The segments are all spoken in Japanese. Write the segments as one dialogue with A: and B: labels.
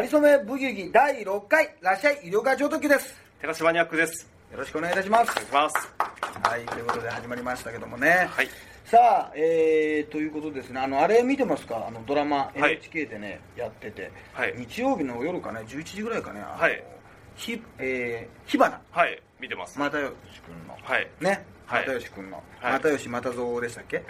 A: りそめブギウギ第6回らっしゃい医療課上特急です
B: 高島ニャックです。
A: よろしくお願いいたします
B: お願いします。
A: はいということで始まりましたけどもね、
B: はい
A: さあ、えー、ということですねあのあれ見てますかあのドラマ
B: はい
A: NHK でね、やってて、
B: はい
A: 日曜日の夜かね11時ぐらいかねあの
B: はい
A: ひ、えー、火花
B: はい、見てます。
A: 又吉君の、
B: はい。
A: ね
B: はい
A: 又吉君の、
B: はい
A: 又吉又蔵でしたっ け
B: いや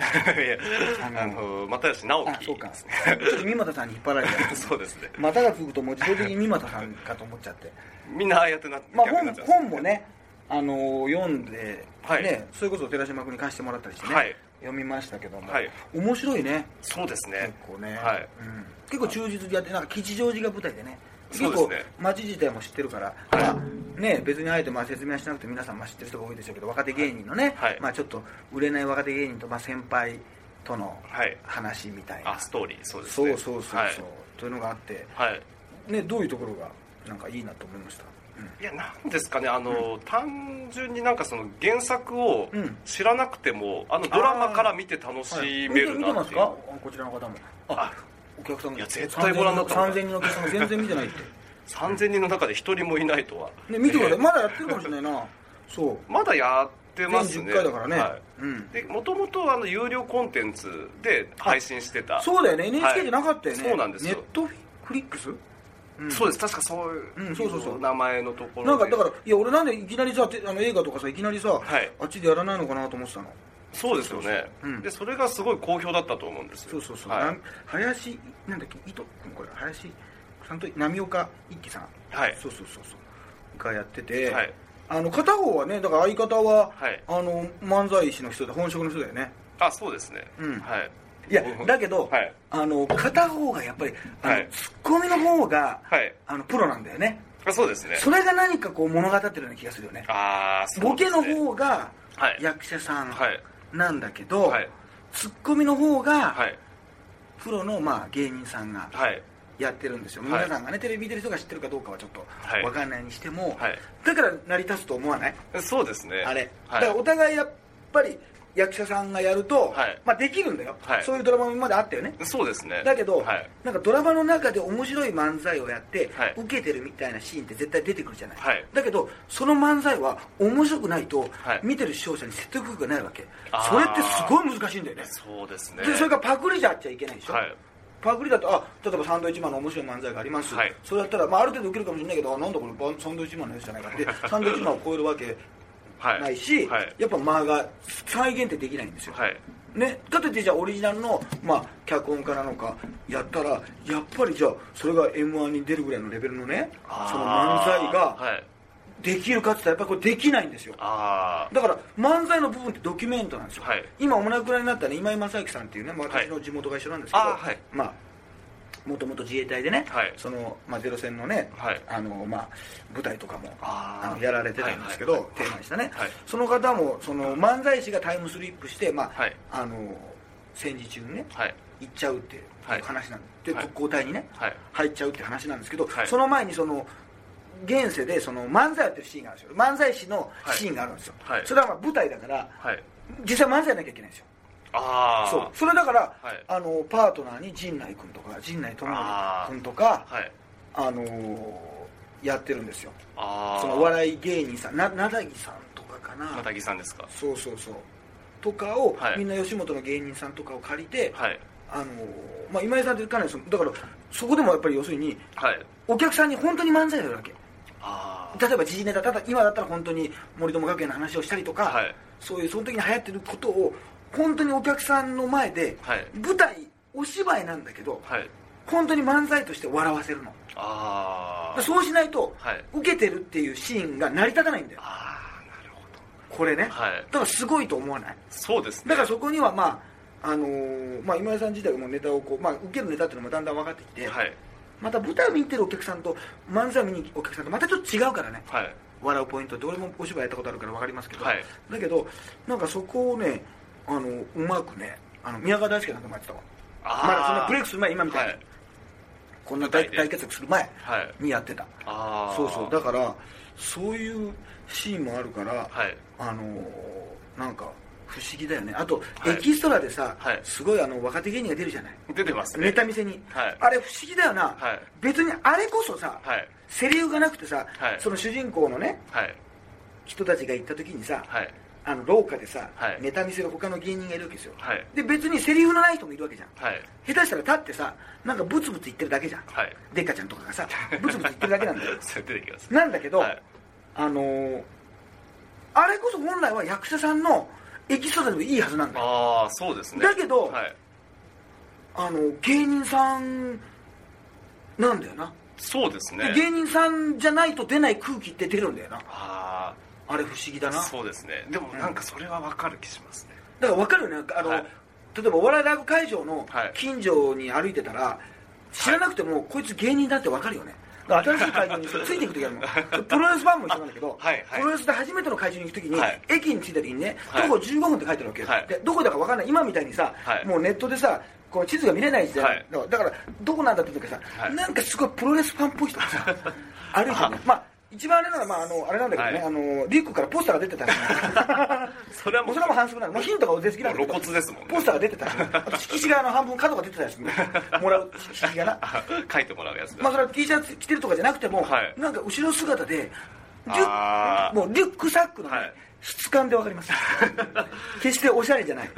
B: あの、又吉直
A: あ
B: 樹
A: そうか
B: です
A: ち
B: ね。
A: ょっと三又さんに引っ張られて
B: そうですね。
A: またがつくともう自動的に三又さんかと思っちゃって
B: みんなああやってな、
A: まあ
B: 逆に
A: 本
B: なっちゃう
A: 本もね、あのー読んで、
B: はい
A: ね、それこそ寺島君に貸してもらったりしてね、
B: はい
A: 読みましたけども、
B: はい
A: 面白いね
B: そうです
A: 結
B: ね。
A: 構ね、
B: はい。
A: うん結構忠実にやってなんか吉祥寺が舞台でね
B: そう
A: 結
B: ですね
A: 構街自体も知ってるから、まあね、別にあえてまあ説明はしなくて皆さんまあ知ってる人が多いでしょうけど若手芸人のね、
B: はい
A: まあ、ちょっと売れない若手芸人とまあ先輩との
B: はい
A: 話みたいな、
B: あ、ストーリー、そうです
A: そう
B: ね。
A: そうそうそう、
B: はい。
A: というのがあって、
B: はい
A: ね、どういうところがなんかいいなと思いました、うん
B: いや、なんですかね、あの、単純になんかその原作を
A: うん
B: 知らなくても、あのドラマから見て楽しめる
A: 見て
B: な
A: ま
B: っ
A: す
B: ていう。
A: かこちらの方もあ
B: あ
A: お客さん
B: いや絶対ご覧になった
A: 3000人のお客さんが全然見てないって
B: 3000人の中で一人もいないとは。
A: ね見てください
B: えー
A: まだやってるかもしれないなそう
B: まだやって
A: 全
B: ます
A: 10
B: ね。
A: 回だからね、
B: はい
A: うん
B: でもともとあの有料コンテンツで配信してた
A: そうだよね NHK じゃなかったよね、
B: はいそうなんですよ
A: ネットフリックス、うん
B: そうです確かそういう,、
A: うんそうそうそう
B: 名前のところで
A: なんかだからいや俺なんでいきなりさてあの映画とかさいきなりさ、
B: はい
A: あっちでやらないのかなと思ってたの
B: そうですよね
A: そううん
B: でそれがすごい好評だったと思うんですよ
A: そうそうそう、
B: は
A: ないん、林なんだっけ伊藤君これ林さんと波岡一輝さん
B: はい
A: そうそうそうそうがやってて、
B: はい
A: あの片方はねだから相方は、
B: はい
A: あの漫才師の人で本職の人だよね
B: あそうですね、
A: うん
B: はい
A: いや
B: 僕も
A: だけど、
B: はい
A: あの片方がやっぱりあの、
B: はい
A: ツッコミの方が、
B: はい
A: あのプロなんだよね
B: あそうですね
A: それが何かこう物語ってるような気がするよね
B: ああそ
A: ボ
B: うで
A: ケ
B: す
A: の
B: ね
A: 方が
B: はい
A: 役者さん
B: はい
A: なんだけど、
B: はい
A: ツッコミの方が、
B: はい
A: プロの、まあ、芸人さんが
B: はい
A: やってるんですよ、
B: はい
A: 皆さんがねテレビ見てる人が知ってるかどうかはちょっと
B: はい
A: わかんないにしても、
B: はい
A: だから成り立つと思わない、
B: そうですね
A: あれ、
B: は
A: だ
B: い
A: からお互いやっぱり役者さんがやると、
B: はい
A: まあ、できるんだよ、
B: はい
A: そういうドラマも今まであったよね
B: そうですね
A: だけど、
B: はい
A: なんかドラマの中で面白い漫才をやって、
B: はい
A: 受けてるみたいなシーンって絶対出てくるじゃない、
B: はい
A: だけどその漫才は面白くないと、
B: はい
A: 見てる視聴者に説得力がないわけ
B: あー
A: それってすごい難しいんだよね
B: そうですね
A: でそれからパクリじゃあっちゃいけないでしょ、
B: はい
A: パクリだとあ例えばサンドイッチマンの面白い漫才があります、
B: はい
A: それだったら、まあ、ある程度受けるかもしれないけどあなんだこればサンドイッチマンのやつじゃないかってサンドイッチマンを超えるわけ
B: はい
A: ないし、
B: はい
A: やっぱ間が再現ってできないんですよ、
B: はい
A: ね、かといってじゃあオリジナルの、まあ、脚本家なのかやったらやっぱりじゃあそれが m 1に出るぐらいのレベルのねその漫才
B: あー
A: が
B: はい
A: できるかって言ったらやっぱりこれできないんですよ
B: あ
A: だから漫才の部分ってドキュメントなんですよ、
B: はい
A: 今お亡くなりになったね今井正明さんっていうね、まあ、
B: はい
A: 私の地元が一緒なんですけど、
B: あーはい
A: まあもともと自衛隊でね、
B: はい
A: そのまあ、ゼロ戦のね、
B: はい
A: あのまあ、舞台とかも
B: あー
A: あのやられてたんですけど、
B: はいはい
A: テーマにしたね、
B: はい
A: その方もその漫才師がタイムスリップして、まあ
B: はい
A: あの戦時中にね
B: あはい
A: 行っちゃうっていう
B: はい
A: 話なんで、
B: はい
A: 特攻隊にね、
B: はい
A: 入っちゃうって話なんですけど、
B: はい
A: その前にその現世でその漫才やってるシーンがあるんですよ漫才師のシーンがあるんですよ、
B: はいはい
A: それはまあ舞台だから
B: はい
A: 実際漫才やらなきゃいけないんですよ
B: ああ
A: そうそれだから、
B: はい
A: あのパートナーに陣内君とか陣内智則君とか
B: はい
A: あ、のーやってるんですよ
B: ああ
A: そのお笑い芸人さんな名田木さんとかかな
B: またぎさんですか
A: そうそうそうとかを、
B: はい
A: みんな吉本の芸人さんとかを借りて、
B: はい
A: あのーまあ、今井さんってかなりそのだからそこでもやっぱり要するに
B: はい
A: お客さんに本当に漫才をやるわけ
B: あ
A: 例えば時事ネタただ今だったら本当に森友学園の話をしたりとか、
B: はい
A: そういうその時に流行ってることを本当にお客さんの前で、
B: はい
A: 舞台お芝居なんだけど
B: あはい
A: 本当に漫才として笑わせるの
B: ああ
A: そうしないと、
B: はい
A: 受けてるっていうシーンが成り立たないんだよ
B: ああなるほど
A: これね、
B: はい
A: だからすごいと思わない
B: そうですね
A: だからそこにはまああのーまあ、今井さん自体がもうネタをこう、まあ、受けるネタっていうのもだんだん分かってきて、
B: はい
A: また舞台を見に行ってるお客さんと漫才を見に行くお客さんとまたちょっと違うからね、
B: はい
A: 笑うポイントって俺もお芝居やったことあるから分かりますけど、
B: はい
A: だけどなんかそこをねあのうまくねあの宮川大輔なんかもやってたわまだそんなブレイクする前今みたいに、
B: はい
A: こんな大
B: はい
A: 大活躍する前
B: はい
A: にやってた、
B: ああ
A: そうそうだからそういうシーンもあるから、
B: はい
A: あのーなんか不思議だよねあと、
B: はい
A: エキストラでさ、
B: はい
A: すごいあの若手芸人が出るじゃない
B: 出てますね
A: ネタ見せに、
B: はい
A: あれ不思議だよな、
B: はい
A: 別にあれこそさ、
B: はい
A: セリフがなくてさ、
B: はい
A: その主人公のね
B: はい
A: 人たちが行った時にさ、
B: はい
A: あの廊下でさ、
B: はい
A: ネタ見せる他の芸人がいるわけですよ、
B: はい
A: で別にセリフのない人もいるわけじゃん
B: はい
A: 下手したら立ってさなんかブツブツ言ってるだけじゃん、
B: はい
A: でっかちゃんとかが さブツブツ言ってるだけなんだよ
B: それ出てきます
A: なんだけど、
B: はい
A: あのーあれこそ本来は役者さんのエキストラでもいいはずなんだよ
B: ああそうですね
A: だけど
B: はい
A: あの芸人さんなんだよな、
B: そうですね
A: で芸人さんじゃないと出ない空気って出るんだよな
B: あ
A: あれ不思議だ
B: あ
A: な
B: そうですねでもなんかそれはわかる気しますね
A: だから分かるよねあの、
B: はい
A: 例えばお笑いライブ会場の
B: はい
A: 近所に歩いてたら知らなくても、こいつ芸人だって分かるよねだから新しい会場についていく時あるの プロレスファンも一緒なんだけど、
B: はいはい
A: プロレスで初めての会場に行く時に、
B: はい
A: 駅に着いた時にね、
B: はい
A: どこ15分って書いてあるわけよ、
B: はい
A: でどこだか分かんない今みたいにさ、
B: はい
A: もうネットでさこの地図が見れない時代、
B: はい
A: だからだからどこなんだって時さ、
B: はい
A: なんかすごいプロレスファンっぽい人が さ歩いてるねまあ一番あれなら、まあ、あのあれなんだけどね、
B: はい
A: あのリュックからポスターが出てたりね
B: それは
A: も
B: も
A: う
B: う
A: それはもう反則なのもうヒントがお手つきなんだけど
B: もう露骨ですもんね
A: ポスターが出てた しあと色紙があの半分角が出てたりするねもらう色紙が な
B: あ書いてもらうやつだ
A: まあそれは T シャツ着てるとかじゃなくても、
B: はい
A: なんか後ろ姿でリュ
B: あ
A: ッ
B: ー
A: もうリュックサックの、ね
B: はい
A: 質感でわかり ます決しておしゃれじゃない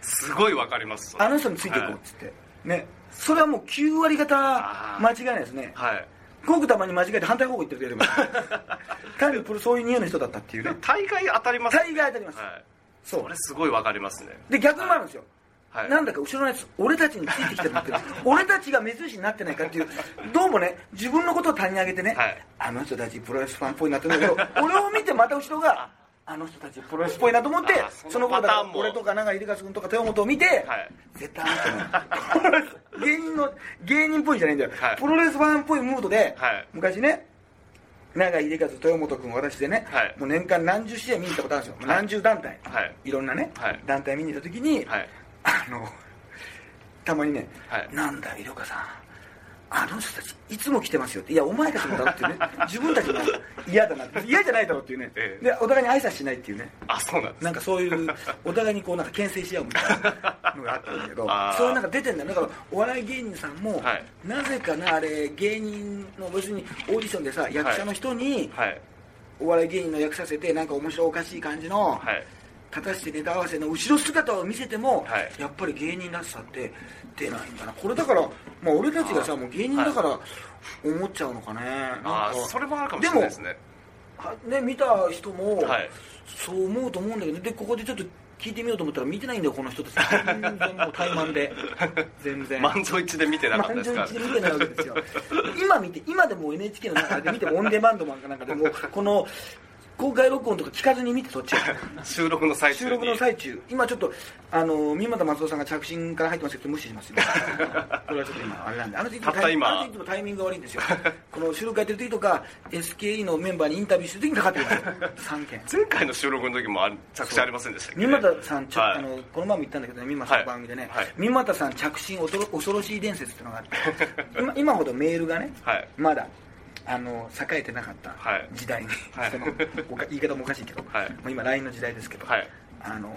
B: すごいわかります
A: あの人についていこうっつって、ねそれはもう9割方間違いないですね
B: はいはい
A: ごくたまに間違えて反対方向行ってるけど 単にプロそういう匂いの人だったっていう
B: で
A: ね
B: も大概当たります
A: 大概当たります
B: はい
A: そう
B: これすごいわかりますね
A: で逆もあるんですよ、
B: はい
A: なんだか後ろのやつ俺たちについてきてる っていう俺たちが目印になってないかっていうどうもね自分のことを他人にあげてね、
B: はい
A: あの人たちプロレスファンっぽいなって思うけど俺を見てまた後ろがあの人たちプロレスっぽいなと思って
B: あ
A: そ
B: その
A: の頃だ
B: パ
A: か
B: ターン
A: ら
B: も
A: 俺とか長井出川君とか豊本を見て、
B: はい
A: 絶対あの人ね芸人の芸人っぽいじゃないんだよ、
B: はい
A: プロレスファンっぽいムードで、
B: はい
A: 昔ね長井秀和豊本君私でね、
B: はい
A: もう年間何十試合見に行ったことあるんですよ、もう何十団体、
B: はい
A: いろんなね、
B: はい
A: 団体見に行った時に、
B: はい
A: あのたまにね、
B: はい
A: なんだよ、色川さん、あの人たち、いつも来てますよって、いや、お前たちもだろって ね、自分たちも嫌だなって、嫌じゃないだろっていうね、
B: ええ
A: でお互いに挨拶しないっていうね、
B: あそうなんです
A: なんかそういう、お互いにこうなんか牽制し合うみたいなのがあったんだけど
B: あ、ー
A: そういうなんか出てんだよ、だからお笑い芸人さんも、
B: はい
A: なぜかな、あれ、芸人の、別にオーディションでさ、役者の人に、
B: はい
A: お笑い芸人の役させて、なんか面白おかしい感じの。
B: はい
A: 果たしてネタ合わせの後ろ姿を見せても、
B: はい
A: やっぱり芸人らしさって出ないんだなこれだから、まあ、俺たちがさもう芸人だから思っちゃうのかねなん
B: あ
A: か
B: あそれもあるかもしれないですね
A: はね見た人も、
B: はい
A: そう思うと思うんだけどでここでちょっと聞いてみようと思ったら見てないんだよこの人たち全然もう怠慢で全 然
B: 満場一致で見てなかった
A: 満
B: です
A: 場
B: か
A: 一致で見てないわけですよ今見て今でも NHK の中で見てもオンデマンドなんかなんかでもうこの公開録音とか聞かずに見てそっち
B: ら収録の最中
A: 収
B: に
A: 録の最中、今ちょっと、あの三股松尾さんが着信から入ってますけど、無視し ますよ、これはちょっと今、あれなんで、あの時
B: たった今
A: あの時いつもタイミングが悪いんですよ、この収録やってる時とか、SKE のメンバーにインタビューしてる時にかかってくるんですよ、3件。
B: 前回の収録の時もあん着信ありませんでしたっけ
A: 三股さん、ちょ
B: はい
A: あのこの前も言ったんだけどね、三股さんの番組でね、
B: はいはい
A: 三股さん着信おそろ恐ろしい伝説っていうのがあって、 今今ほどメールがね、
B: はい
A: まだあの栄えてなかった
B: はい
A: 時代に、
B: はい
A: そのおか言い方もおかしいけど、
B: はい
A: もう今、LINE の時代ですけど、
B: はい
A: あの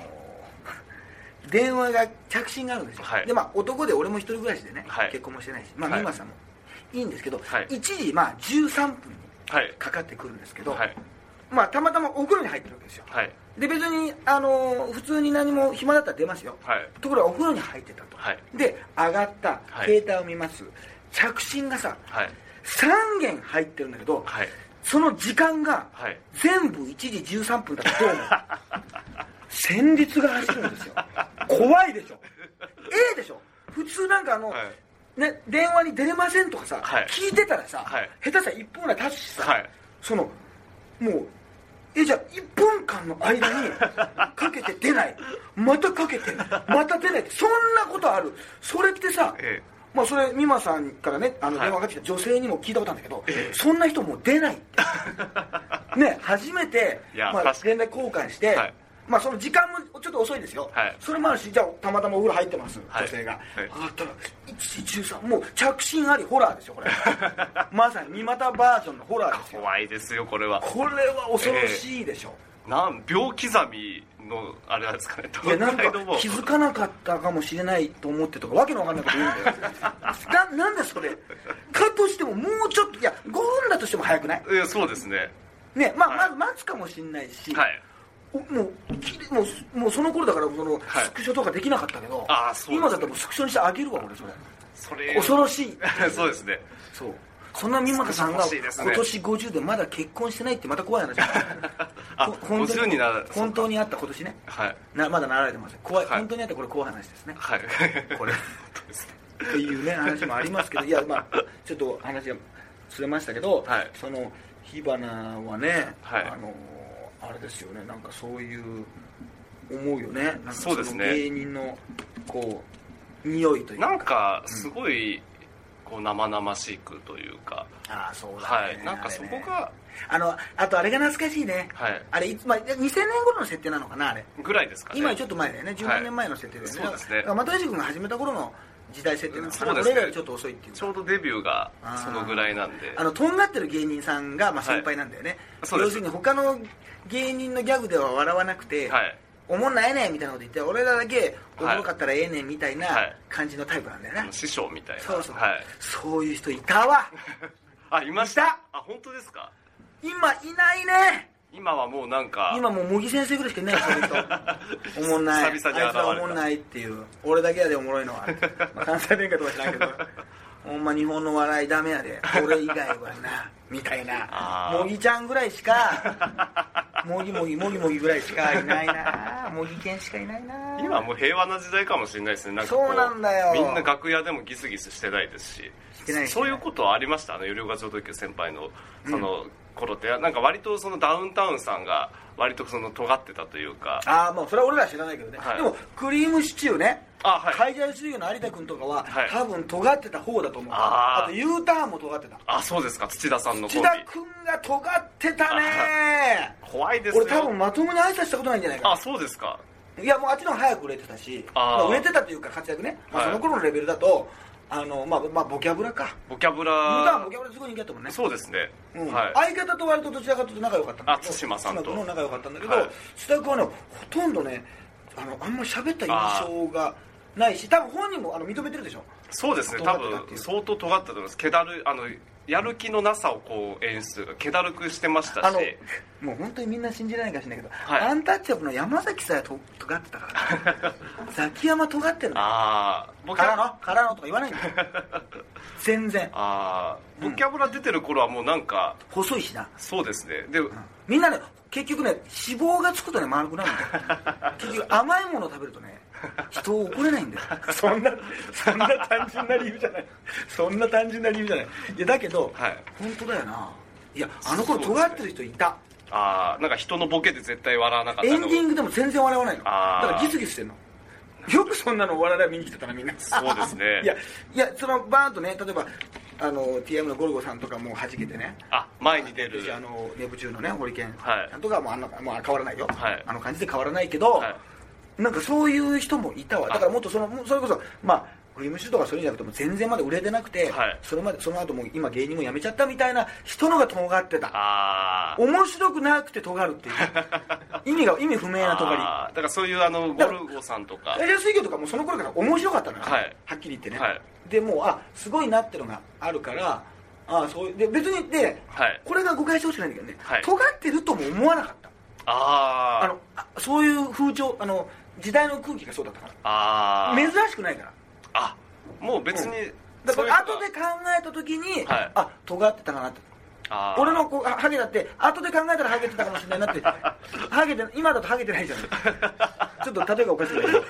A: 電話が着信があるんですよ、
B: はい
A: でまあ、男で俺も一人暮らしでね、
B: はい
A: 結婚もしてないし、まあ、
B: はい
A: 三股さんもいいんですけど、
B: はい
A: 一時、まあ、13分に
B: はい
A: かかってくるんですけど、
B: はい
A: まあ、たまたまお風呂に入ってるわけですよ。
B: はい
A: で別に、あのー普通に何も暇だったら出ますよ、
B: はい
A: ところがお風呂に入ってたと、
B: はい
A: で上がった、
B: はい
A: 携帯を見ます着信がさ
B: はい
A: 3件入ってるんだけど、
B: はい
A: その時間が
B: はい
A: 全部1時13分だとどう思 う戦慄が走るんですよ怖いでしょええでしょ普通なんかあの、
B: は
A: ね、電話に出れませんとかさ、
B: はい
A: 聞いてたらさ、
B: はい
A: 下手したら1分ぐらい経つしさ、
B: はい
A: そのもうえじゃあ1分間の間 にかけて出ないまたかけてまた出ないってそんなことあるそれってさ、
B: ええ
A: まあ、それ美馬さんからねあの
B: はい
A: 電話が来た女性にも聞いたことあるんだけど、
B: ええ
A: そんな人もう出ないって ね初めて、
B: いや
A: まあ
B: 確、か
A: 連絡交換して、
B: はい
A: まあ、その時間もちょっと遅いですよ、
B: はい
A: それもあるしじゃあたまたまお風呂入ってます、
B: はい
A: 女性が、
B: はい
A: 上がったら1時13もう着信ありホラーです よこれまさに三股バージョンのホラーですよ
B: 怖いですよこれは
A: これは恐ろしいでしょ、
B: なん秒刻みのあれなんですかね
A: いやなんか
B: 東海道も
A: 気づかなかったかもしれないと思ってとかわけのわかんないこと言 うんだよななんだそれかとしてももうちょっといや5分だとしても早くない
B: いやそうですね
A: ねまあ、
B: はい
A: まず待つかもしれないし、
B: はい
A: おもうきもうすもうその頃だからその、
B: はい
A: スクショとかできなかったけど
B: あーそうですね
A: 今だったらもうスクショにしてあげるわ俺それ、
B: それ
A: 恐ろしい
B: そうですね
A: そうそんな三股さんが
B: 恐ろしいですね
A: 今年50でまだ結婚してないってまた怖い 話
B: あ
A: ほ
B: もちろんになら
A: 本当にあった今年ね
B: はい
A: なまだなられてません怖い、
B: はい
A: 本当にあったこれ怖い話ですね
B: はい
A: これっていうね話もありますけどいや まあちょっと話がずれましたけど、
B: はい
A: その火花はね、
B: はい
A: あのあれですよねなんかそういう思うよねなんか
B: そうですね
A: の芸人のこう匂いという
B: なんかすごい、こう生々しくというか
A: ああそうだね、
B: はいなんかそこが、
A: あのあとあれが懐かしいね
B: はい
A: あれいつ、まあ、2000年頃の設定なのかなあれ
B: ぐらいですかね
A: 今よりちょっと前だよね10
B: は
A: 何
B: い
A: 年前の設定だよね、
B: そうですね
A: だから又吉君が始めた頃の時代設定なのかな、
B: そうです
A: 俺
B: ね
A: らよりちょっと遅いっていうか
B: ちょうどデビューがそのぐらいなんで
A: あのとんがってる芸人さんが、まあ、
B: はい
A: 先輩なんだよね、
B: そうです
A: 要するに他の芸人のギャグでは笑わなくて、
B: はい
A: おもんないねみたいなこと言って俺らだけおもろかったらええねんみたいな
B: はい
A: 感じのタイプなんだよね、
B: あの師匠みたいな
A: そうそう、
B: はい、
A: そういう人いたわ
B: あいましたあ本当ですか
A: 今いないね
B: 今はもうなんか
A: 今もう茂木先生ぐらいしかいないそういう人 おもんない
B: 久々に現れた
A: あいつらおもんないっていう俺だけやでおもろいのは、まあ、関西弁かとか知らんけ どほんま日本の笑いダメやで俺以外はなみたいな
B: あー
A: 茂木ちゃんぐらいしか茂木茂木茂木茂木ぐらいしかいないな茂木犬しかいないな
B: 今はもう平和な時代かもしれないですねなんかこ
A: そうなんだよ
B: みんな楽屋でもギスギスしてないですし
A: してないして
B: そ
A: ないう
B: いうことはありましたあの有料課長特急先輩のその頃って、なんか割とそのダウンタウンさんが割とその尖ってたというか
A: ああもうそれは俺らは知らないけどね、
B: はい
A: でもクリームシチューね
B: あはい
A: 海外出業の有田君とかは、
B: はい
A: 多分尖ってた方だと思う
B: あー
A: あと U ターンも尖ってた
B: あそうですか土田さんのコ
A: 土
B: ンビ
A: 田君が尖ってたね
B: 怖いですよ
A: 俺多分まともに挨拶したことないんじゃないか
B: あそうですか
A: ないやもうあっちの方が早く売れてたし
B: あー
A: まあ、売れてたというか活躍ね、まあ、
B: は
A: そ
B: い
A: の頃のレベルだと、あのまあ、まあボキャブラか
B: ボキャブ
A: 歌は
B: ラ
A: ボキャブラすごい人気だったもんね
B: そうですね、
A: うん
B: はい
A: 相方と割とどちらかというと仲良かったんだけど
B: あ対馬さんと
A: 対馬君の仲良かったんだけど、
B: はい
A: 須田君はねほとんどねあのあんまり喋った印象がないし多分本人もあの認めてるでしょ
B: そうですね
A: 尖
B: 多
A: ってたっていう
B: 分相当尖ったと思いますけだるあのやる気のなさをこう演出けだるくしてましたし
A: あのもう本当にみんな信じられないかもしれないけど、
B: はい
A: アンタッチャブルの山崎さえと尖ってた から、ね、ザキヤマ尖ってるの
B: ああボ
A: からのからのとか言わないんだよ 全然
B: ああボキャブラ出てる頃はもうなんか、
A: 細いしな
B: そうですねで、
A: みんなね結局ね脂肪がつくとね丸くなるんだ よ結局甘いものを食べるとね人を怒れないんだよ そんなそんな単純な理由じゃないそんな単純な理由じゃないいやだけど、
B: はい
A: 本当だよないやあの頃
B: そうです
A: 尖
B: ね
A: ってる人いた、
B: ああなんか人のボケで絶対笑わなかった
A: エ
B: の
A: ンディングでも全然笑わないのだ
B: あー
A: からギスギスしてんのよくそんなのお笑い見に来てたなみんな
B: そうですね
A: いやいやそのバーンとね例えばあの TM のゴルゴさんとかもう弾けてね
B: あ前に出る
A: 私あのネプチューンのねホリケン
B: はい
A: さんとかはもうあんな、まあ、変わらないよ、
B: はい
A: あの感じで変わらないけど、
B: はい
A: なんかそういう人もいたわだからもっとそのもうそれこそまあクリームシチューとかそういうんじゃなくても全然まだ売れてなくて、
B: はい
A: それまでその後もう今芸人も辞めちゃったみたいな人のが尖ってた
B: ああ
A: 面白くなくて尖るっていう 意味が意味不明な尖り
B: あーだからそういうあのゴルゴさんとか
A: 大量水魚とかもその頃から面白かったのよ、
B: はい
A: っきり言ってね、
B: はい
A: でもうあすごいなってのがあるからああそういうで別にで、
B: はい
A: これが誤解してほしくないんだけどね、
B: はい
A: 尖ってるとも思わなかった
B: あ
A: あ
B: あ
A: のあそういう風潮あの時代の空気がそうだったから
B: あ
A: 珍
B: ー
A: しくないから
B: あもう別に、
A: だから後
B: そう
A: で
B: いう
A: 考えた時に、
B: はい
A: あ尖ってたかなって
B: のがあー
A: 俺のこうあハゲだって後で考えたらハゲてたかもしれ ないなってハゲて今だとハゲてないじゃないちょっと例えがおかしくない けど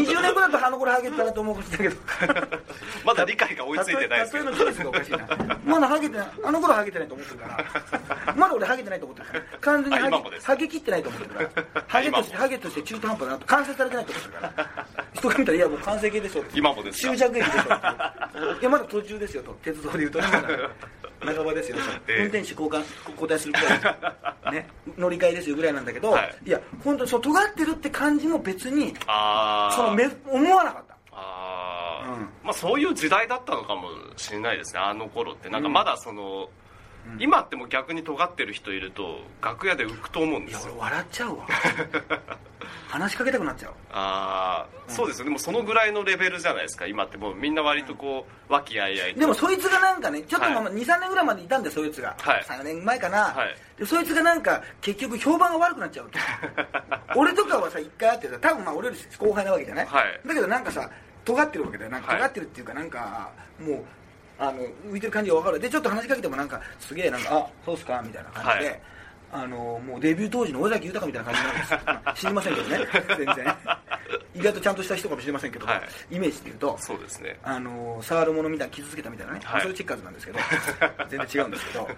A: 20年後だとあの頃ハゲてたなと思うかもしれないけど
B: まだ理解が追いついてないですけど
A: 例え例えのチョイスがおかしいなまだハゲてないあの頃ハゲてないと思ってるからまだ俺ハゲてないと思ってるから完全にハ
B: あ今も
A: ゲ
B: です
A: ハゲ切ってないと思ってるからハゲとして
B: 今も
A: ハゲとして中途半端だなと完成されてないと思ってるから人が見たらいやもう完成形でしょ
B: 今もですか
A: 終着駅でしょいやまだ途中ですよと鉄道でいうとまだ半ばですよと
B: ええ
A: 運転手交換交代するぐらい、ね、乗り換えですよぐらいなんだけど、、
B: はい
A: や本当にその尖ってるって感じも別に
B: ああ
A: そのめ思わなかった
B: ああ、
A: うん
B: まあそういう時代だったのかもしれないですねあの頃ってなんかまだその、今ってもう逆に尖ってる人いると楽屋で浮くと思うん
A: い
B: で
A: や
B: す
A: 俺
B: よ
A: 笑っちゃうわ 話しかけたくなっちゃう
B: ああそうですよでもそのぐらいのレベルじゃないですか今ってもうみんな割とこう和気あいあいと
A: でもそいつがなんかねちょっと
B: はい
A: 23、二三年ぐらいまでいたんだよそいつが、
B: はい
A: 3年前かな、
B: はい
A: でそいつがなんか結局評判が悪くなっちゃうわけ 俺とかはさ一回会ってさ多分まあ俺より後輩なわけじゃない、
B: はい
A: だけどなんかさ尖ってるわけだよなんか
B: はい
A: 尖ってるっていうかなんかもうあの浮いてる感じが分かるでちょっと話しかけてもなんかすげえなんかあそうっすかみたいな感じで、
B: はい
A: あのもうデビュー当時の尾崎豊みたいな感じになるんですよまあ知りませんけどね全然意外とちゃんとした人かもしれませんけど、
B: はい
A: イメージでいうと
B: そうですね
A: あの触るものみたいな傷つけたみたいなね、
B: はい
A: それチェッカーズなんです けど全然違うんですけど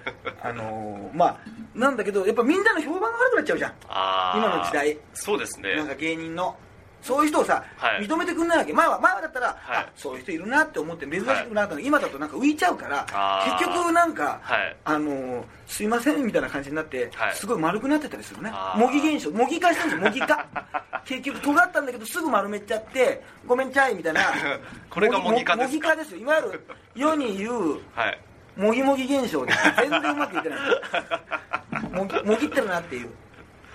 A: あのまあなんだけどやっぱみんなの評判が悪くなっちゃうじゃん
B: ああ
A: 今の時代
B: そうですね
A: なんか芸人のそういう人をさ、
B: はい
A: 認めてくんないわけ前は前はだったら、
B: はい
A: あそういう人いるなって思って珍しくなかったの、今だとなんか浮いちゃうから
B: あー
A: 結局なんか、
B: はい
A: あのすいませんみたいな感じになって、
B: はい
A: すごい丸くなってたりするね
B: あー
A: 模擬現象模擬化してるんですよ模擬 化結局尖ったんだけどすぐ丸めちゃってごめんちゃいみたいな
B: これが模擬化ですか
A: 模擬化ですよいわゆる世に言う
B: はい
A: もぎもぎ現象です全然うまくいってないもぎもぎってるなっていう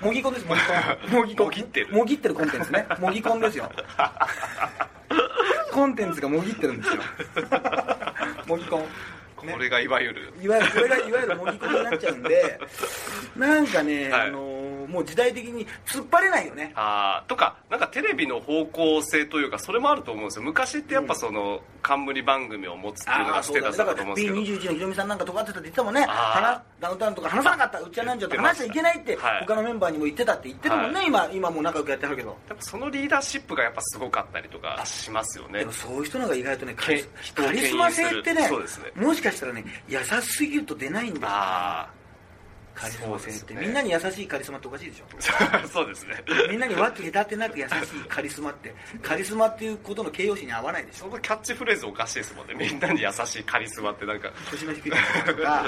A: もぎこですもぎこもぎこ
B: もぎってる
A: もぎってるコンテンツねもぎこんですよコンテンツがもぎってるんですよもぎこん
B: これがいわゆる
A: いわゆるこれがいわゆるもぎこになっちゃうんでなんかね、
B: はい
A: あのーもう時代的に突っ張れないよね
B: あーとかなんかテレビの方向性というかそれもあると思うんですよ昔ってやっぱその、冠番組を持つっていうの
A: ああ
B: がス
A: そう
B: テ
A: だ
B: ータ
A: ね
B: ス
A: だか
B: だった
A: ら
B: と思うんですけど
A: B21 のひろみさんなんか尖ってたって言ってたもんね
B: あー
A: 話ダウンタウンとか話さなかったうちはなんちゃとか話しちゃいけないって
B: 言ってました
A: 他のメンバーにも言ってたって言ってるもんね、
B: は
A: 今今もう仲良くやってはるけど、
B: やっぱそのリーダーシップがやっぱすごかったりとかしますよね
A: でもそういう人のが意外とねカリス
B: け人を
A: カリスマ性ってね
B: 牽引するそうです
A: もしかしたらね優しすぎると出ないんだよ
B: あ
A: カリスマ性っ
B: そう
A: て、
B: ですね
A: みんなに優しいカリスマっておかしいでしょ
B: あそうですね
A: みんなに分け隔てなく優しいカリスマってカリスマっていうことの形容詞に合わないでしょ
B: そのキャッチフレーズおかしいですもんねみんなに優しいカリスマってなんか
A: 年の低い人と か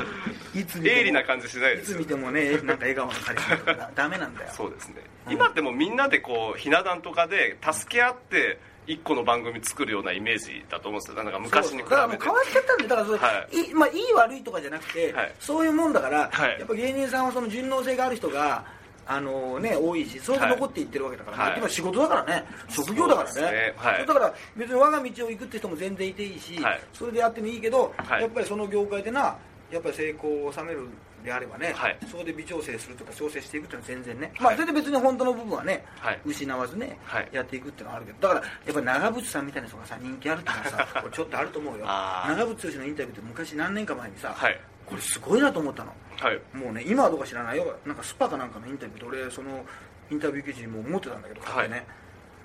A: いつ見ても
B: 鋭利な感じしない
A: い
B: です
A: つ
B: よ
A: 見てもねなんか笑顔のカリスマとかだダメなんだよ
B: そうですね、
A: うん
B: 今ってもうみんなでこうひな壇とかで助け合って一個の番組作るようなイメージだと思うんですよなんか昔に比べて
A: そうそうだからもう変わっちゃったんでだからそれ、、
B: はい
A: まあ、いい悪いとかじゃなくて、
B: はい
A: そういうもんだから、
B: はい
A: やっぱ芸人さんはその順応性がある人があのね、多いしそれが残っていってるわけだから、ね
B: はい
A: っていうのは仕事だからね職業だからね
B: そうですねはい
A: だから別に我が道を行くって人も全然いていいし、
B: はい
A: それでやってもいいけど、
B: はい
A: やっぱりその業界でなやっぱり成功を収めるんであればね、
B: はい
A: そこで微調整するとか調整していくっていうのは全然ね、ま
B: は
A: あ、
B: い
A: それで別に本当の部分はね、
B: はい
A: 失わずね、
B: はい
A: やっていくっていうのはあるけどだからやっぱり長渕さんみたいな人がさ人気あるっていうのは さこれちょっとあると思うよ
B: あー
A: 長渕剛のインタビューって昔何年か前にさ、
B: はい
A: これすごいなと思ったの
B: はい
A: もうね今はどうか知らないよなんかスパかなんかのインタビューで俺そのインタビュー記事にも思ってたんだけど、
B: は
A: 買っ
B: い
A: てね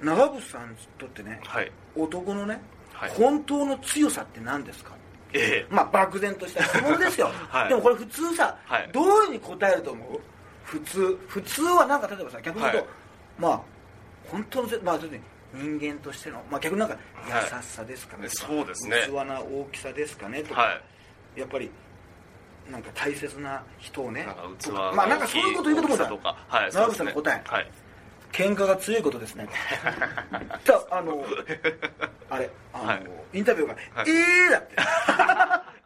A: 長渕さんにとってね、
B: はい
A: 男のね、
B: はい
A: 本当の強さって何ですか
B: ええ
A: まあ漠然とした質問ですよ、
B: はい
A: でもこれ普通さ、
B: はい
A: どういうふうに答えると思う普通普通はなんか例えばさ逆に言うと、
B: はい
A: まあ本当のせまあ要するに人間としての、まあ、逆になんか優しさですかね、
B: はい
A: とか
B: そうですね
A: 器な大きさですかねとか、
B: はい
A: やっぱりなんか大切な人をね
B: なんか器
A: とか
B: の大きい
A: まあなんかそういうこと言うこと
B: 大きさ
A: も
B: と
A: さ
B: かはい
A: 長渕さ
B: そう
A: の
B: んですね
A: 答え、
B: はい
A: 喧嘩が強いことです ねじゃああのあれあの、
B: はい
A: インタビューが「
B: はい
A: ええー」だって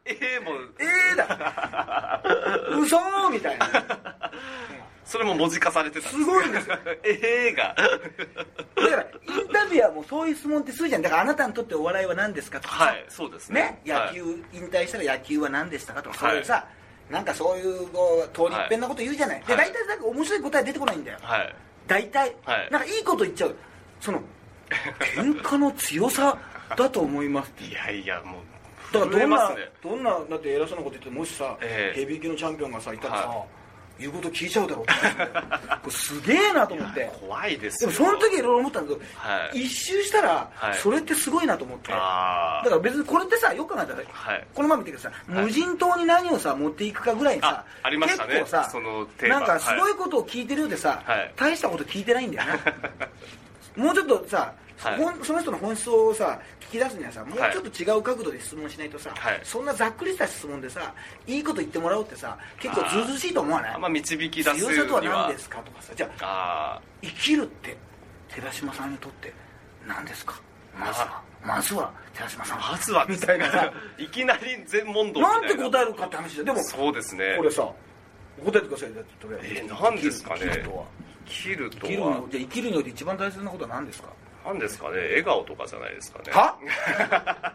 B: ええもう
A: えーだ嘘ーみたいな
B: それも文字化されてた
A: すごいんですよ
B: ええが
A: だからインタビュアーもそういう質問ってするじゃんだからあなたにとってお笑いは何ですかとかさ
B: はいそうです
A: ね
B: ね
A: 野球、引退したら野球は何でしたかとか、
B: はい
A: そういうさなんかそういうこう通り一遍なこと言うじゃない、で
B: は
A: 大
B: い
A: 体なんか面白い答え出てこないんだよ
B: はい、はい
A: 大体、
B: はい
A: なんかいいこと言っちゃうその喧嘩の強さだと思いますって
B: いやいやもう
A: だから
B: 震
A: ど
B: え
A: ん
B: ま
A: な、
B: すね
A: どんなだって偉そうなこと言ってもしさ、
B: ええ
A: ヘビー級のチャンピオンがさいたらさ、
B: は
A: 言うこと聞いちゃうだろうって思う んだよこれすげえなと思って
B: 怖いです
A: で
B: よ
A: もその時いろいろ思ったんだけど、
B: はい
A: 一周したら
B: はい
A: それってすごいなと思って、
B: ああ
A: だから別にこれってさよく考えたら、
B: はい
A: この前見てください、無人島に何をさ持っていくかぐらいにさ
B: あありましたね
A: 結構さ
B: そのテー
A: なん
B: マ
A: かすごいことを聞いてるようでさ、
B: はい
A: 大したこと聞いてないんだよな、 もうちょっとさ、
B: はい
A: ほんその人の本質をさ聞き出すにはさもうちょっと違う角度で質問しないとさ、
B: はい
A: そんなざっくりした質問でさいいこと言ってもらおうってさ結構ずうずうしいと思わない
B: あんま導き出すに
A: 強さとは
B: は
A: 何ですかとかさじゃあ
B: あ
A: 生きるって寺島さんにとって何ですか
B: あ
A: まずはまずは寺島さん
B: まずは
A: みたいなさ
B: いきなり全問答み
A: な
B: たい
A: ん
B: な
A: て答えるかって話だよでも
B: そうですね
A: これさ答えてくださいだってとりあえず
B: えー何ですかね
A: 生きるとは
B: 切ると
A: 生きる
B: は
A: のじゃあ生きるので一番大切なことは何ですか
B: 何ですかね笑顔とかじゃないですかね
A: は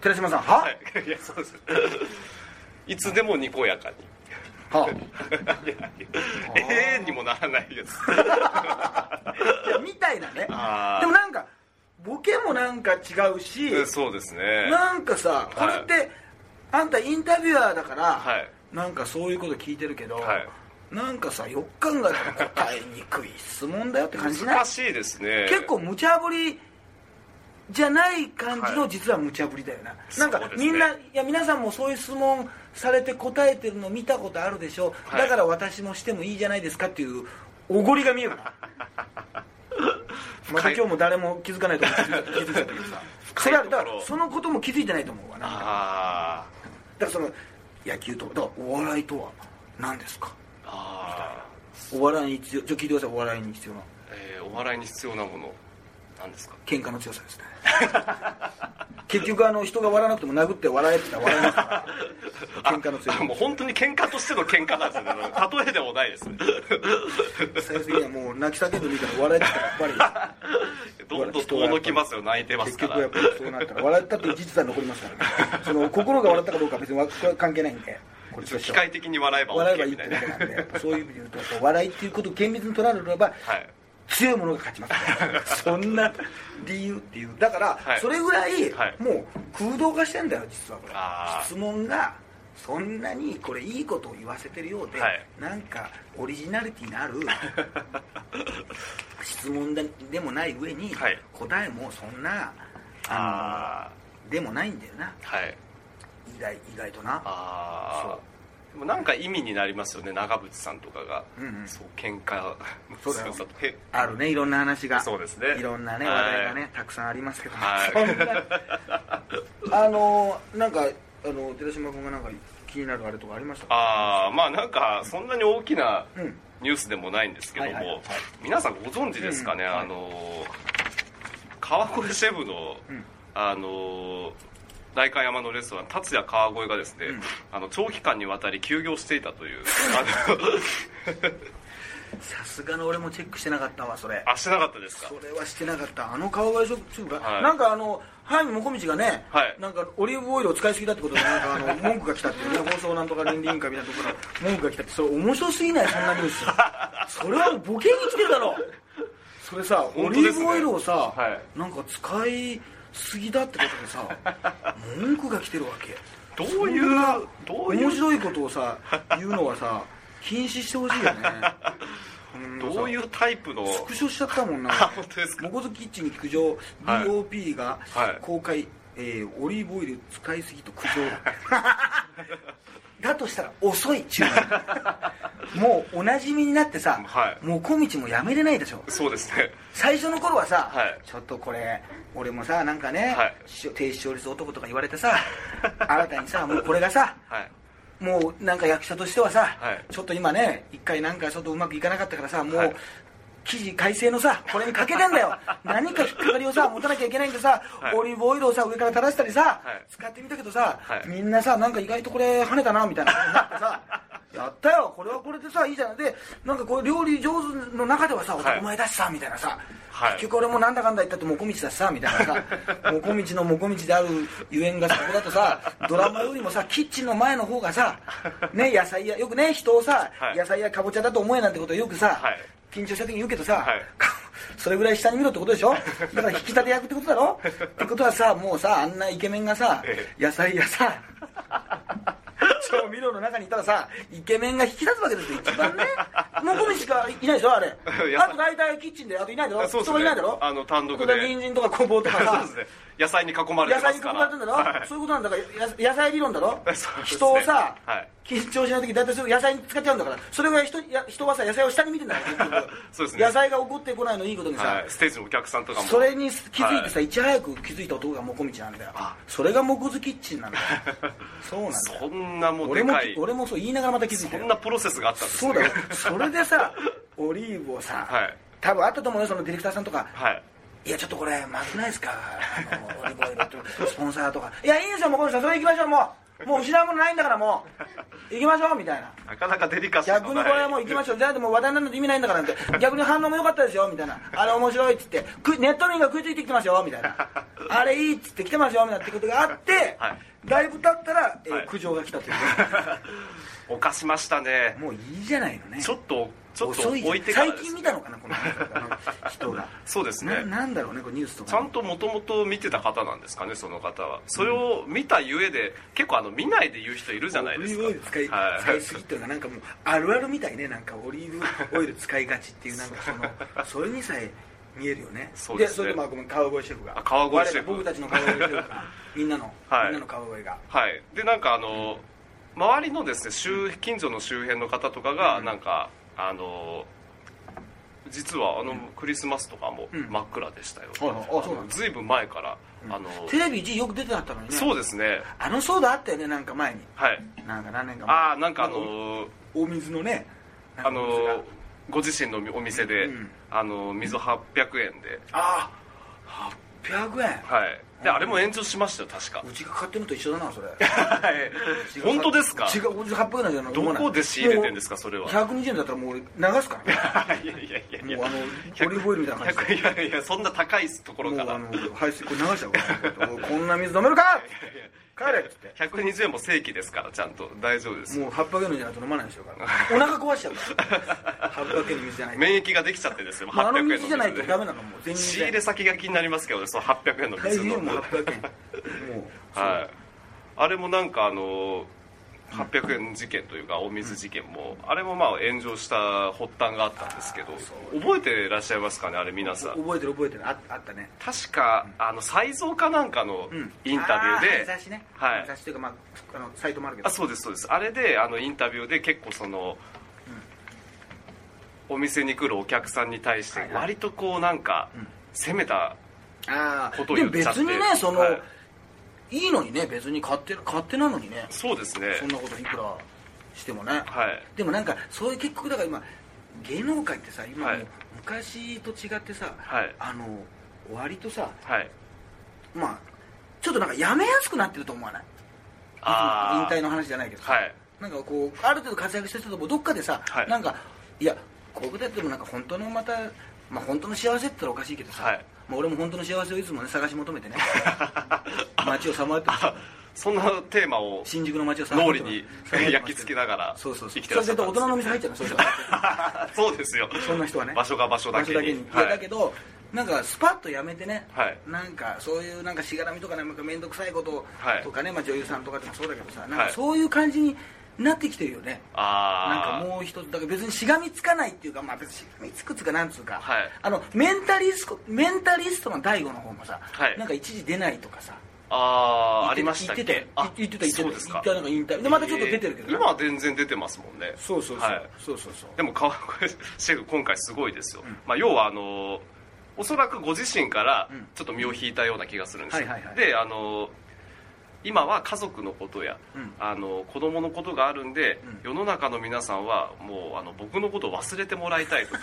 A: 寺島さんは、
B: はいいやそうですいつでもにこやかに
A: はい
B: や 永遠にもならないやつ
A: いやみたいなねでも
B: あー
A: なんかボケもなんか違うし、
B: えそうですね
A: なんかさこれって、あんたインタビュアーだから、
B: はい
A: なんかそういうこと聞いてるけど、
B: はい
A: なんかさよく考えたら答えにくい質問だよって感じない
B: 難しいですね
A: 結構無茶ぶりじゃない感じ
B: は
A: の
B: い
A: 実は無茶ぶりだよな、なん
B: そう
A: か
B: ですね
A: みんな、いや皆さんもそういう質問されて答えてるの見たことあるでしょ、
B: はい
A: だから私もしてもいいじゃないですかっていうおごりが見え るなまた今日も誰も気づかないと思って気づいちゃったけどさそれはだからそのことも気づいてないと思うわな
B: あ
A: だからその野球とだからお笑いとは何ですか
B: ーあ
A: お笑いに必要ちょっと聞いてくださいお笑いに必要な
B: ー、えーお笑いに必要なもの何ですか
A: 喧嘩の強さですね結局あの人が笑わなくても殴って笑えって言ったら笑えますから喧嘩の強
B: あもう
A: さ
B: 本当に喧嘩としての喧嘩なんですねあの例えでもない ですね
A: 最終的にはもう泣き叫んでもいいから笑えって言ったらやっぱ
B: どんどん遠のきますよ泣いて
A: り
B: ま
A: 結
B: す
A: 局
B: から
A: やっぱりそうなったら笑ったっていう事実は残りますからねその心が笑ったかどうかは別にわ関係ないんでこれ
B: ちょっと機械的に笑えば
A: 笑えば
B: OK
A: いい
B: み
A: ってだ
B: たい
A: け
B: な
A: なんでやっぱそういう意味で言うとやっぱ笑いっていうことを厳密に捉えるならば
B: はい
A: 強いものが勝ちます そんな理由っていうだから、
B: はい
A: それぐらい、
B: はい
A: もう空洞化してんだよ実はこれ
B: あー
A: 質問がそんなにこれいいことを言わせてるようで、
B: はい
A: なんかオリジナリティのある 質問ででもない上に、
B: はい
A: 答えもそんなあ
B: あ
A: のでもないんだよな
B: あはい
A: 意外意外とな
B: ああでもなんか意味になりますよね長渕さんとかが、
A: うんうん
B: そう喧嘩の
A: そうだよ
B: 強さとへ
A: あるねいろんな話が
B: そうですね
A: いろんなね
B: はい
A: 話題がね、たくさんありますけど、
B: はい
A: そんなあのなんかあの寺島君がなんか気になるあれとかありましたか
B: ああまあなんかそんなに大きな
A: うん
B: ニュースでもないんですけども、
A: はいはいはい
B: 皆さんご存知ですかね、
A: うんはい
B: あの川越シェフの、
A: うん
B: あの代官山のレストラン達也川越がですね、
A: うん
B: あの長期間にわたり休業していたという
A: さすがの俺もチェックしてなかったわそれ
B: あのあしてなかったですか
A: それはしてなかったあの川越ショップが、
B: はい
A: なんかあの早見もこみちがね、
B: はい
A: なんかオリーブオイルを使いすぎだってことでなんかあ の文句が来たっていうね放送なんとか倫理委員会みたいなところから文句が来たってそれ面白すぎないそんなニュースそれはボケに来てるだろそれさ、オ
B: 本
A: リ
B: 当で
A: ー
B: す
A: ブ
B: ね
A: オイルをさ、
B: は
A: なんか使いすぎだってことでさ文句が来てるわけ
B: どういう
A: そんな
B: どういう
A: 面白いことをさ言うのはさ禁止してほしいよね
B: どういうタイプの
A: スクショしちゃったもんな
B: あ本当ですか
A: モコズキッチン苦情
B: はい
A: BOP が
B: はい
A: 公開、えーオリーブオイル使いすぎと 苦情だとしたら遅い注意 もうおなじみになってさ、
B: はい
A: もう小道もやめれないでしょ
B: そうですね
A: 最初の頃はさ、
B: はい
A: ちょっとこれ俺もさなんかね、
B: はい
A: し低視聴率男とか言われてさ新たにさもうこれがさ
B: はい
A: もうなんか役者としてはさ、
B: はい
A: ちょっと今ね一回なんかちょっとうまくいかなかったからさもう、
B: はい
A: 記事改正のさこれにかけてんだ よ何か引っかかりをさ持たなきゃいけないんでさ、
B: はい
A: オリーブオイルをさ上から垂らしたりさ、
B: はい
A: 使ってみたけどさ、
B: はい
A: みんなさなんか意外とこれ跳ねたなみたいなことになってさやったよこれはこれでさいいじゃないでなんかこう料理上手の中ではさ
B: はい
A: 男前だしさみたいなさ、
B: はい
A: 結局俺もなんだかんだ言ったってもこみちだしさみたいな さもこみちのもこみちであるゆえんがそこだとさドラマよりもさキッチンの前の方がさ、ね、野菜やよくね人をさ、
B: はい
A: 野菜やかぼちゃだと思えなんてことをよくさ、
B: はい
A: 緊張した時に言うけどさ、
B: はい
A: それぐらい下に見ろってことでしょだから引き立て役ってことだ ろってことはさもうさあんなイケメンがさ
B: え
A: 野菜やさ 調味料の中にいたらさイケメンが引き立つわけですよ一 番ねもこみしかいないでしょあれ
B: い や
A: あと大体キッチンであといないだろ
B: そうですね
A: 人がいないだろ
B: あの単独で
A: ここ人参とかごぼうとか
B: そう
A: さ
B: ですね野菜に囲まれ
A: 野
B: てま
A: 菜に
B: す
A: 囲
B: から
A: まれてんだろ、
B: はい
A: そういうことなんだからや野菜理論だろ、
B: そうですね
A: 人をさ、
B: はい
A: 緊張しない時大体それ野菜に使っちゃうんだからそれぐらい人や人はさ野菜を下に見てんだ から結局
B: そうですね
A: 野菜が怒ってこないのいいことにさ、
B: はい、ステージのお客さんとかも
A: それに気づいてさ、、
B: はい
A: ち早く気づいた男がモコミチなんだよ
B: あ
A: それがモコズキッチン なんだよそうなんだよ
B: そんなもう
A: 俺
B: で
A: も
B: かい
A: 俺もそう言いながらまた気づいた
B: そ
A: よ
B: んなプロセスがあったんです
A: そうだ よそれでさオリーブをさ、
B: はい
A: 多分あったと思うよそのディレクターさんとか
B: はい
A: いやちょっとこれまずくないですかあのオリーブオイルとスポンサーとかいやいいですよもうこの人それ行きましょうもうもう失うものないんだからもう行きましょうみたいな
B: なかなかデリカシー
A: 逆にこれはもう行きましょうじゃあでも話題になるの意味ないんだからって逆に反応も良かったですよみたいなあれ面白いっつってくネット民が食いついてきてますよみたいなあれいいっつって来てますよみたいなってことがあって、
B: はい
A: だいぶ経ったら、えー
B: はい
A: 苦情が来たという
B: う犯しましたね
A: もういいじゃないのね
B: ちょっとちょっと
A: 遅いじゃん
B: 置いてから
A: 最
B: で
A: 近
B: す
A: 見たのかなこの人が
B: そうですね
A: ななんだろうねこれニュースと
B: ちゃ
A: かね
B: んともともと見てた方なんですかねその方はそれを見たゆえで結構あの見ないで言う人いるじゃないですか
A: オリーブオイル使い,、
B: はい
A: 使いすぎっていうのがなんかもうあるあるみたいねなんかオリーブオイル使いがちっていう なんかそのそれにさえ見えるよね
B: そうですね
A: それとまあごめん川越シェフが
B: あ川越シェフ
A: 我々僕たちの川越シェフがみんなの、
B: はい
A: みんなの川越が
B: はい、でなんかあの、周りのですね周近所の周辺の方とかがなんか、あの実はあのクリスマスとかも
A: うん
B: 真っ暗でしたよ、
A: はいはいあそうなんだ
B: ずいぶん前から、あの
A: テレビ一時よく出てなったのにね
B: そうですね
A: あの騒動あったよねなんか前に
B: はい
A: なんか何年か前
B: ああなんかあの
A: お水のねなんか
B: あ
A: お水が
B: のご自身のお店で、
A: うん
B: あの水800円で
A: ああ800円
B: はいであれも炎上しましたよ確か
A: うちが買ってるのと一緒だなそれ
B: はい 本当ですか
A: 違ううちが800円なんじゃない
B: どこで仕入れてんですかそれは
A: 120円だったらもう俺流すからね
B: いやいやいや いや
A: もうあのオリーブオイルみたいな感じで
B: いやいやそんな高いところ
A: も
B: か
A: うあ
B: ら
A: の排水これ流しちゃうからもうこんな水飲めるかって帰れっつって
B: 120円も正規ですからちゃんと大丈夫です
A: もう800円のじゃないと飲まないでしょう からお腹壊しちゃうから800円の水じゃないと
B: 免疫ができちゃってですよ
A: もうあ
B: 800
A: の
B: 円の
A: 水じゃないと
B: 水
A: ダ
B: で
A: メなのもう全
B: 仕
A: 然
B: 入れ先が気になりますけどねその800円の
A: 大
B: 水
A: 変も
B: の
A: う800円もう
B: はいあれもなんかあの800円事件というかお水事件もあれもまあ炎上した発端があったんですけど覚えてらっしゃいますかねあれ皆さん
A: 覚えてる覚えてるああったね
B: 確かあの才蔵かなんかの
A: うん
B: インタビュー
A: あ
B: で
A: 雑誌ね
B: はい
A: 雑誌というかまああのサイトもあるけど
B: あそうですそうですあれであのインタビューで結構その、お店に来るお客さんに対して
A: はいはい
B: 割とこうなんか、
A: ん
B: 攻めた
A: あ
B: こと
A: あで
B: を言
A: も
B: っち
A: 別
B: ゃって
A: にねその、
B: はい
A: い、いのにね別に勝手勝手なのにね
B: そうですね
A: そんなこといくらしてもね
B: はい
A: でもなんかそういう結局だから今芸能界ってさ今もう
B: はい
A: 昔と違ってさ、
B: はい
A: あの割とさ
B: はい
A: まあちょっとなんかやめやすくなってると思わない
B: あー
A: 引退の話じゃないけどさ、
B: はい
A: なんかこうある程度活躍してる人ともどっかでさ、
B: はい
A: なんかいやこういうことやってもなんか本当のまた、まあ、本当の幸せって言ったらおかしいけどさ、
B: はい
A: まあ、俺も本当の幸せをいつもね探し求 めてね街をさまよってますよ
B: そんなテーマを
A: 新宿の街をさま
B: 脳
A: よっ
B: 裏
A: てます
B: に
A: さまよってます
B: 焼き付けながら
A: そうそうそ
B: 生
A: う
B: き
A: それ
B: てらっしゃ
A: 絶
B: っ
A: 対
B: たん
A: 大
B: です
A: 人の店入っちゃうの そういう人
B: そうですよ
A: そんな人はね
B: 場所が場所だけに
A: いやだけどなんかスパッとやめてね、
B: はい
A: なんかそういうなんかしがらみとかねなんか面倒くさいこと
B: はい
A: とかね、まあ、女優さんとかでもそうだけどさなん
B: は
A: か
B: い
A: そういう感じになってきてるよね、
B: あ
A: なんか
B: あ
A: もう一つだから別にしがみつかないっていうかまあ別にしがみつくつうかなんつうか、
B: はい
A: あのメンタリストメンタリストの大悟の方もさ、
B: はい
A: なんか一時出ないとかさ
B: あーありましたっ
A: 言
B: け
A: ってた
B: あ
A: 言ってた言ってた
B: そうですか
A: 一回なんか引退でまたちょっと出てるけどね
B: えー今は全然出てますもんね
A: そうそうそう、
B: はい
A: そうそうそう
B: でも 川越シェフ今回すごいですよ、まあ、要はあのーおそらくご自身から
A: うん
B: ちょっと身を引いたような気がするんですよ、
A: はいはいはい
B: であのー今は家族のことや、
A: うん
B: あのー子供のことがあるんで、
A: うん
B: 世の中の皆さんはもうあの僕のことを忘れてもらい たいと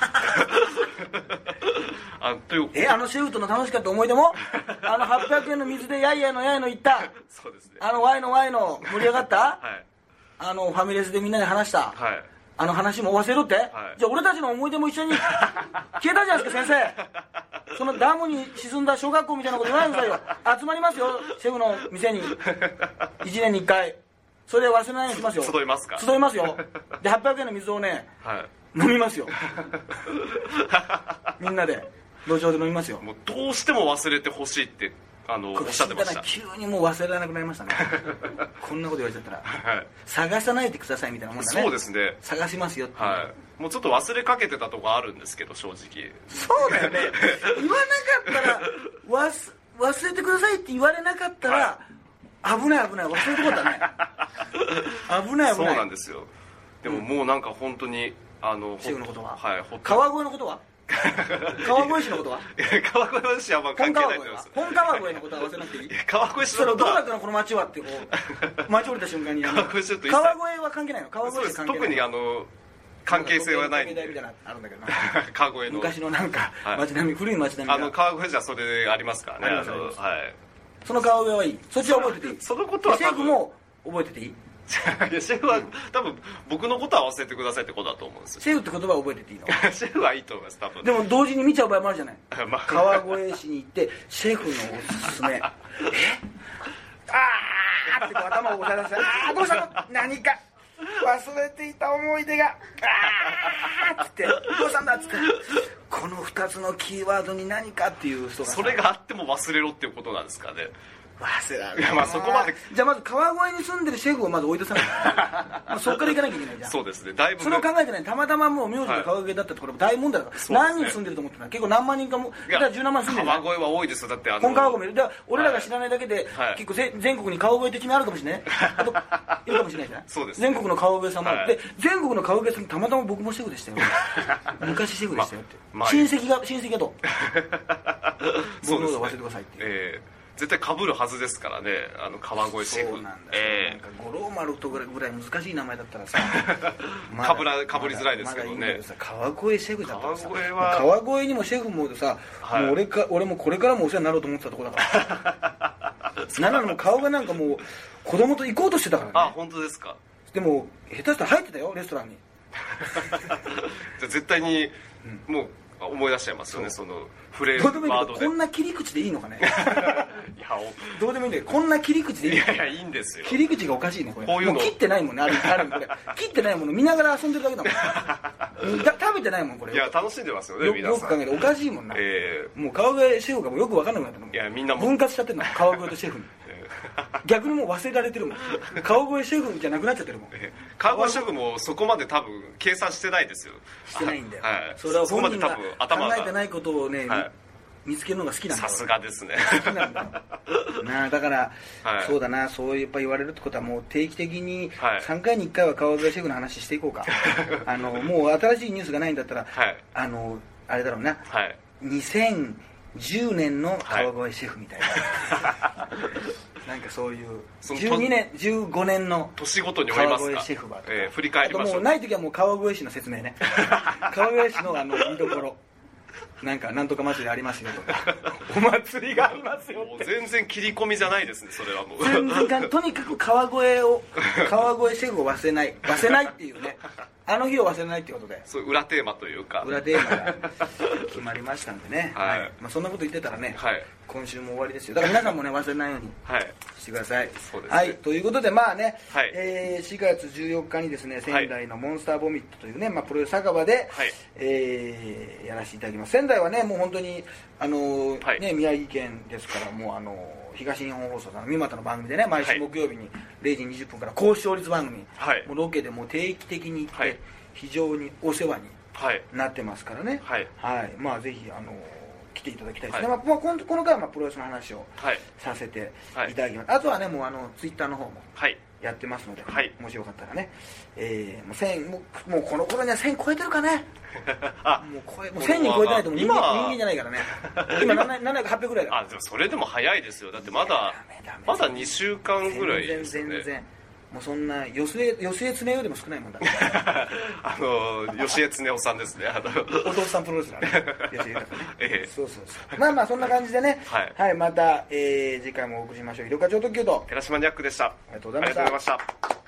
B: あという
A: えあのシェフとの楽しかった思い出もあの800円の水でやいやいのやいの言った
B: そうですね
A: あのワイのワイの盛り上がった
B: はい
A: あのファミレスでみんなで話した、
B: はい
A: あの話も忘れろって、じゃあ俺たちの思い出も一緒 に消えたじゃないですか先生そのダムに沈んだ小学校みたいなこと言わないでくださいよ集まりますよシェフの店に1年に1回それで忘れないようにしますよ
B: 集いますか
A: 集いますよで800円の水をね
B: はい
A: 飲みますよみんなで路上で飲みますよ
B: もうどうしても忘れてほしいってあのおっしゃってました
A: 急にもう忘れられなくなりましたねこんなこと言われちゃったら
B: はい
A: 探さないでくださいみたいなもんだね
B: そうですね
A: 探しますよって、
B: はい、もうちょっと忘れかけてたとこあるんですけど正直
A: そうだよね 言わなかったらわす忘れてくださいって言われなかったら、危ない危ない忘れてことはない危ない危
B: そう
A: ない
B: なんですよでももうなんか本当にあのほ
A: シェフのことは、
B: はいほっと
A: 川越のことは川越市のことは
B: 川越市はあんま
A: 本
B: 関係な
A: 川
B: い
A: 越
B: と思いま
A: は
B: す
A: 本川越のことは忘れなくていい
B: 川越市
A: そ
B: の
A: れ
B: こと
A: どうだっ
B: は
A: たのこの町はってこう町降りた瞬間にあの
B: 川越市ちょっと一切
A: 川越は関係ないの川
B: そう
A: 越
B: で
A: 市関
B: す
A: 係ない
B: 特にあの関係性はないん
A: 時
B: で
A: 計台みたいなのあるんだけどな
B: 川越の
A: 昔のなんか
B: はい
A: 街並み古い街並
B: あ
A: みが
B: の川越じゃそれありますからね
A: あ
B: あ
A: りますあ
B: の
A: ります
B: はい
A: その川上はいいそっちは覚えてていい
B: そのことは
A: シェ
B: 多
A: イク
B: 分
A: も覚えてていい
B: いやシェフは多分僕のことは忘れてくださいってことだと思うんですよ
A: シェイクって言葉は覚えてていいの
B: シェフはいいと思います多分
A: でも同時に見ちゃう場合もあるじゃない
B: まあ
A: 川越市に行ってシェイクのおす すめえあーってこう頭を押さえ出してああどうしたの何か忘れていた思い出があーっつってどうしたんだっつってこの2つのキーワードに何かっていう人がさ
B: それがあっても忘れろっていうことなんですかね
A: 忘れられ
B: いやまあそこまで
A: じゃあまず川越に住んでるシェフをまず追い出さ ないまあそこから行かなきゃいけないじゃん
B: そうですねだいぶ
A: それを考えてねたまたまもう名字が川越だったってこれも大問題だから、
B: そうですね
A: 何人住んでると思ってない結構何万人かも
B: い
A: だ
B: や
A: から17万人住んで
B: 川
A: る
B: 越は多いですよだってあの
A: 本川越もいるだから俺らが知らないだけで、
B: はい
A: 結構ぜ全国に川越って君あるかもしれないあ といるかもしれないじゃない
B: そうです
A: 全国の川越さんもある、
B: はい
A: で全国の川越さんたまたま僕もシェフで したよ昔シェフでしたよって、
B: ままあ
A: 親戚が親戚がと
B: そう
A: 僕のこと
B: ですね
A: 忘れてくださいっていう
B: ええ絶対かぶるはずですからねあの川越シェフ
A: そうなんだ、
B: え
A: なんか五郎丸とぐらいぐらい難しい名前だったら さ
B: かぶらかぶりづらいですけどね
A: まだいいんださ川越シェフだったらさ
B: 川越は
A: もう川越にもシェフもさ、
B: はい
A: もう俺か俺もこれからもお世話になろうと思ってたとこだから なんならもう顔がなんかもう子供と行こうとしてたか
B: え
A: ら
B: あ
A: ね
B: 本当ですか
A: でも下手したら入ってたよレストランに
B: じゃあ絶対にもう思い出しちゃいますよねそのフレー
A: どうでも
B: ズ
A: いい
B: ワー
A: け
B: ド
A: ど
B: で
A: こんな切り口でいいのかね
B: いや
A: どうでもいいんだけどこんな切り口で
B: お
A: いい
B: い
A: の
B: やいやいいんですよ
A: 切り口がおかしいねこれ
B: こういうの
A: もう切ってないもんねあるあるこれ切ってないもの見ながら遊んでるだけだも んだ食べてないもんこれ
B: いや楽しんでますよね
A: よ
B: 皆
A: よ
B: さ
A: く
B: ん
A: 考えておかしいもんな、
B: え
A: もう川越シェフがもうよく分かんなくなったの
B: いやみんなも
A: 分割しちゃってんの川越とシェフに
B: ええ
A: 逆にもう忘れられてるもん川越シェフじゃなくなっちゃってるもん
B: え川越シェフもそこまで多分計算してないですよ
A: してないんだよ、
B: はい、
A: それは
B: こま
A: 本
B: で
A: 人
B: 多
A: が
B: 分
A: 考
B: 頭
A: えて
B: が
A: ないことをね、
B: はい
A: 見つけるのが好きなんだ
B: さすがですね
A: 好きなんだよなあだから、
B: はい
A: そうだなそうやっぱ言われるってことはもう定期的に
B: はい
A: 3回に1回は川越シェフの話してい こうかあのもう新しいニュースがないんだったら、
B: はい
A: あのあれだろうな
B: はい
A: 2010年の川越シェフみたいな、なんかそういう
B: そのと
A: 12年15年の
B: 年ごとに追いま
A: 川
B: す
A: 越
B: か
A: シェフはとか、
B: ええ振り返りま
A: あ
B: し
A: とも
B: ょう
A: うない時はもう川越市の説 明ね川越市のあの見どころなんかなんとか祭りありますよとか お祭りがありますよ
B: もう全然切り込みじゃないですねそれはもう
A: 全然かんとにかく川越を川越シェフを忘れない忘れないっていうねあの日を忘れないっていうことで
B: そう裏テーマというか
A: 裏テーマが 決まりましたんでね、
B: はい
A: まあ、そんなこと言ってたらね、
B: はい
A: 今週も終わりですよだから皆さんもね忘れないように
B: はい
A: してください
B: そうですね
A: はい、ということでまあね、
B: はい
A: えー4月14日にですね仙台のモンスターボミットというね、まあ、プロレス酒場で、
B: はい
A: えーやらせていただきます仙台はねもう本当にあのー
B: はい
A: ね、宮城県ですからもうあのー東日本放送さんの三股の番組でね毎
B: は
A: 週
B: い
A: 木曜日に0時20分から高視聴率番組、
B: はい
A: もうロケでもう定期的に行って、
B: はい
A: 非常にお世話に
B: はい
A: なってますからね、
B: はい
A: まあ、ぜひ、あの来ていただきたいですね、
B: はい
A: まあ、まあこのこの回はまあプロレスの話を
B: はい
A: させて
B: はい
A: いただきます、あとはねもうあのツイッターの方も
B: はい
A: やってますので、
B: はい
A: もしよかったらね、えーもう1000もうもうこの頃には1000超えてるかね
B: あ
A: もう超えもう1000人超えてないともう人間
B: 今は
A: 人間じゃない からね今700800ぐらいだ
B: あでもそれでも早いですよだってまだ
A: いやダメダメ
B: まだ2週間ぐらい
A: 全然
B: ですよ
A: 全
B: ね
A: 然もうそんな寄せ寄せ詰めよりも少ないもんだ
B: あの吉江恒夫さんですねあの
A: お父さんプロレスラーね寄せ豊かね
B: ええ
A: そうそうそうまあまあそんな感じでね
B: はい
A: また、えー次回もお送りしましょうイルカ超特急と
B: 寺島ニャックでしたあ
A: りがとうございました
B: りがとうございました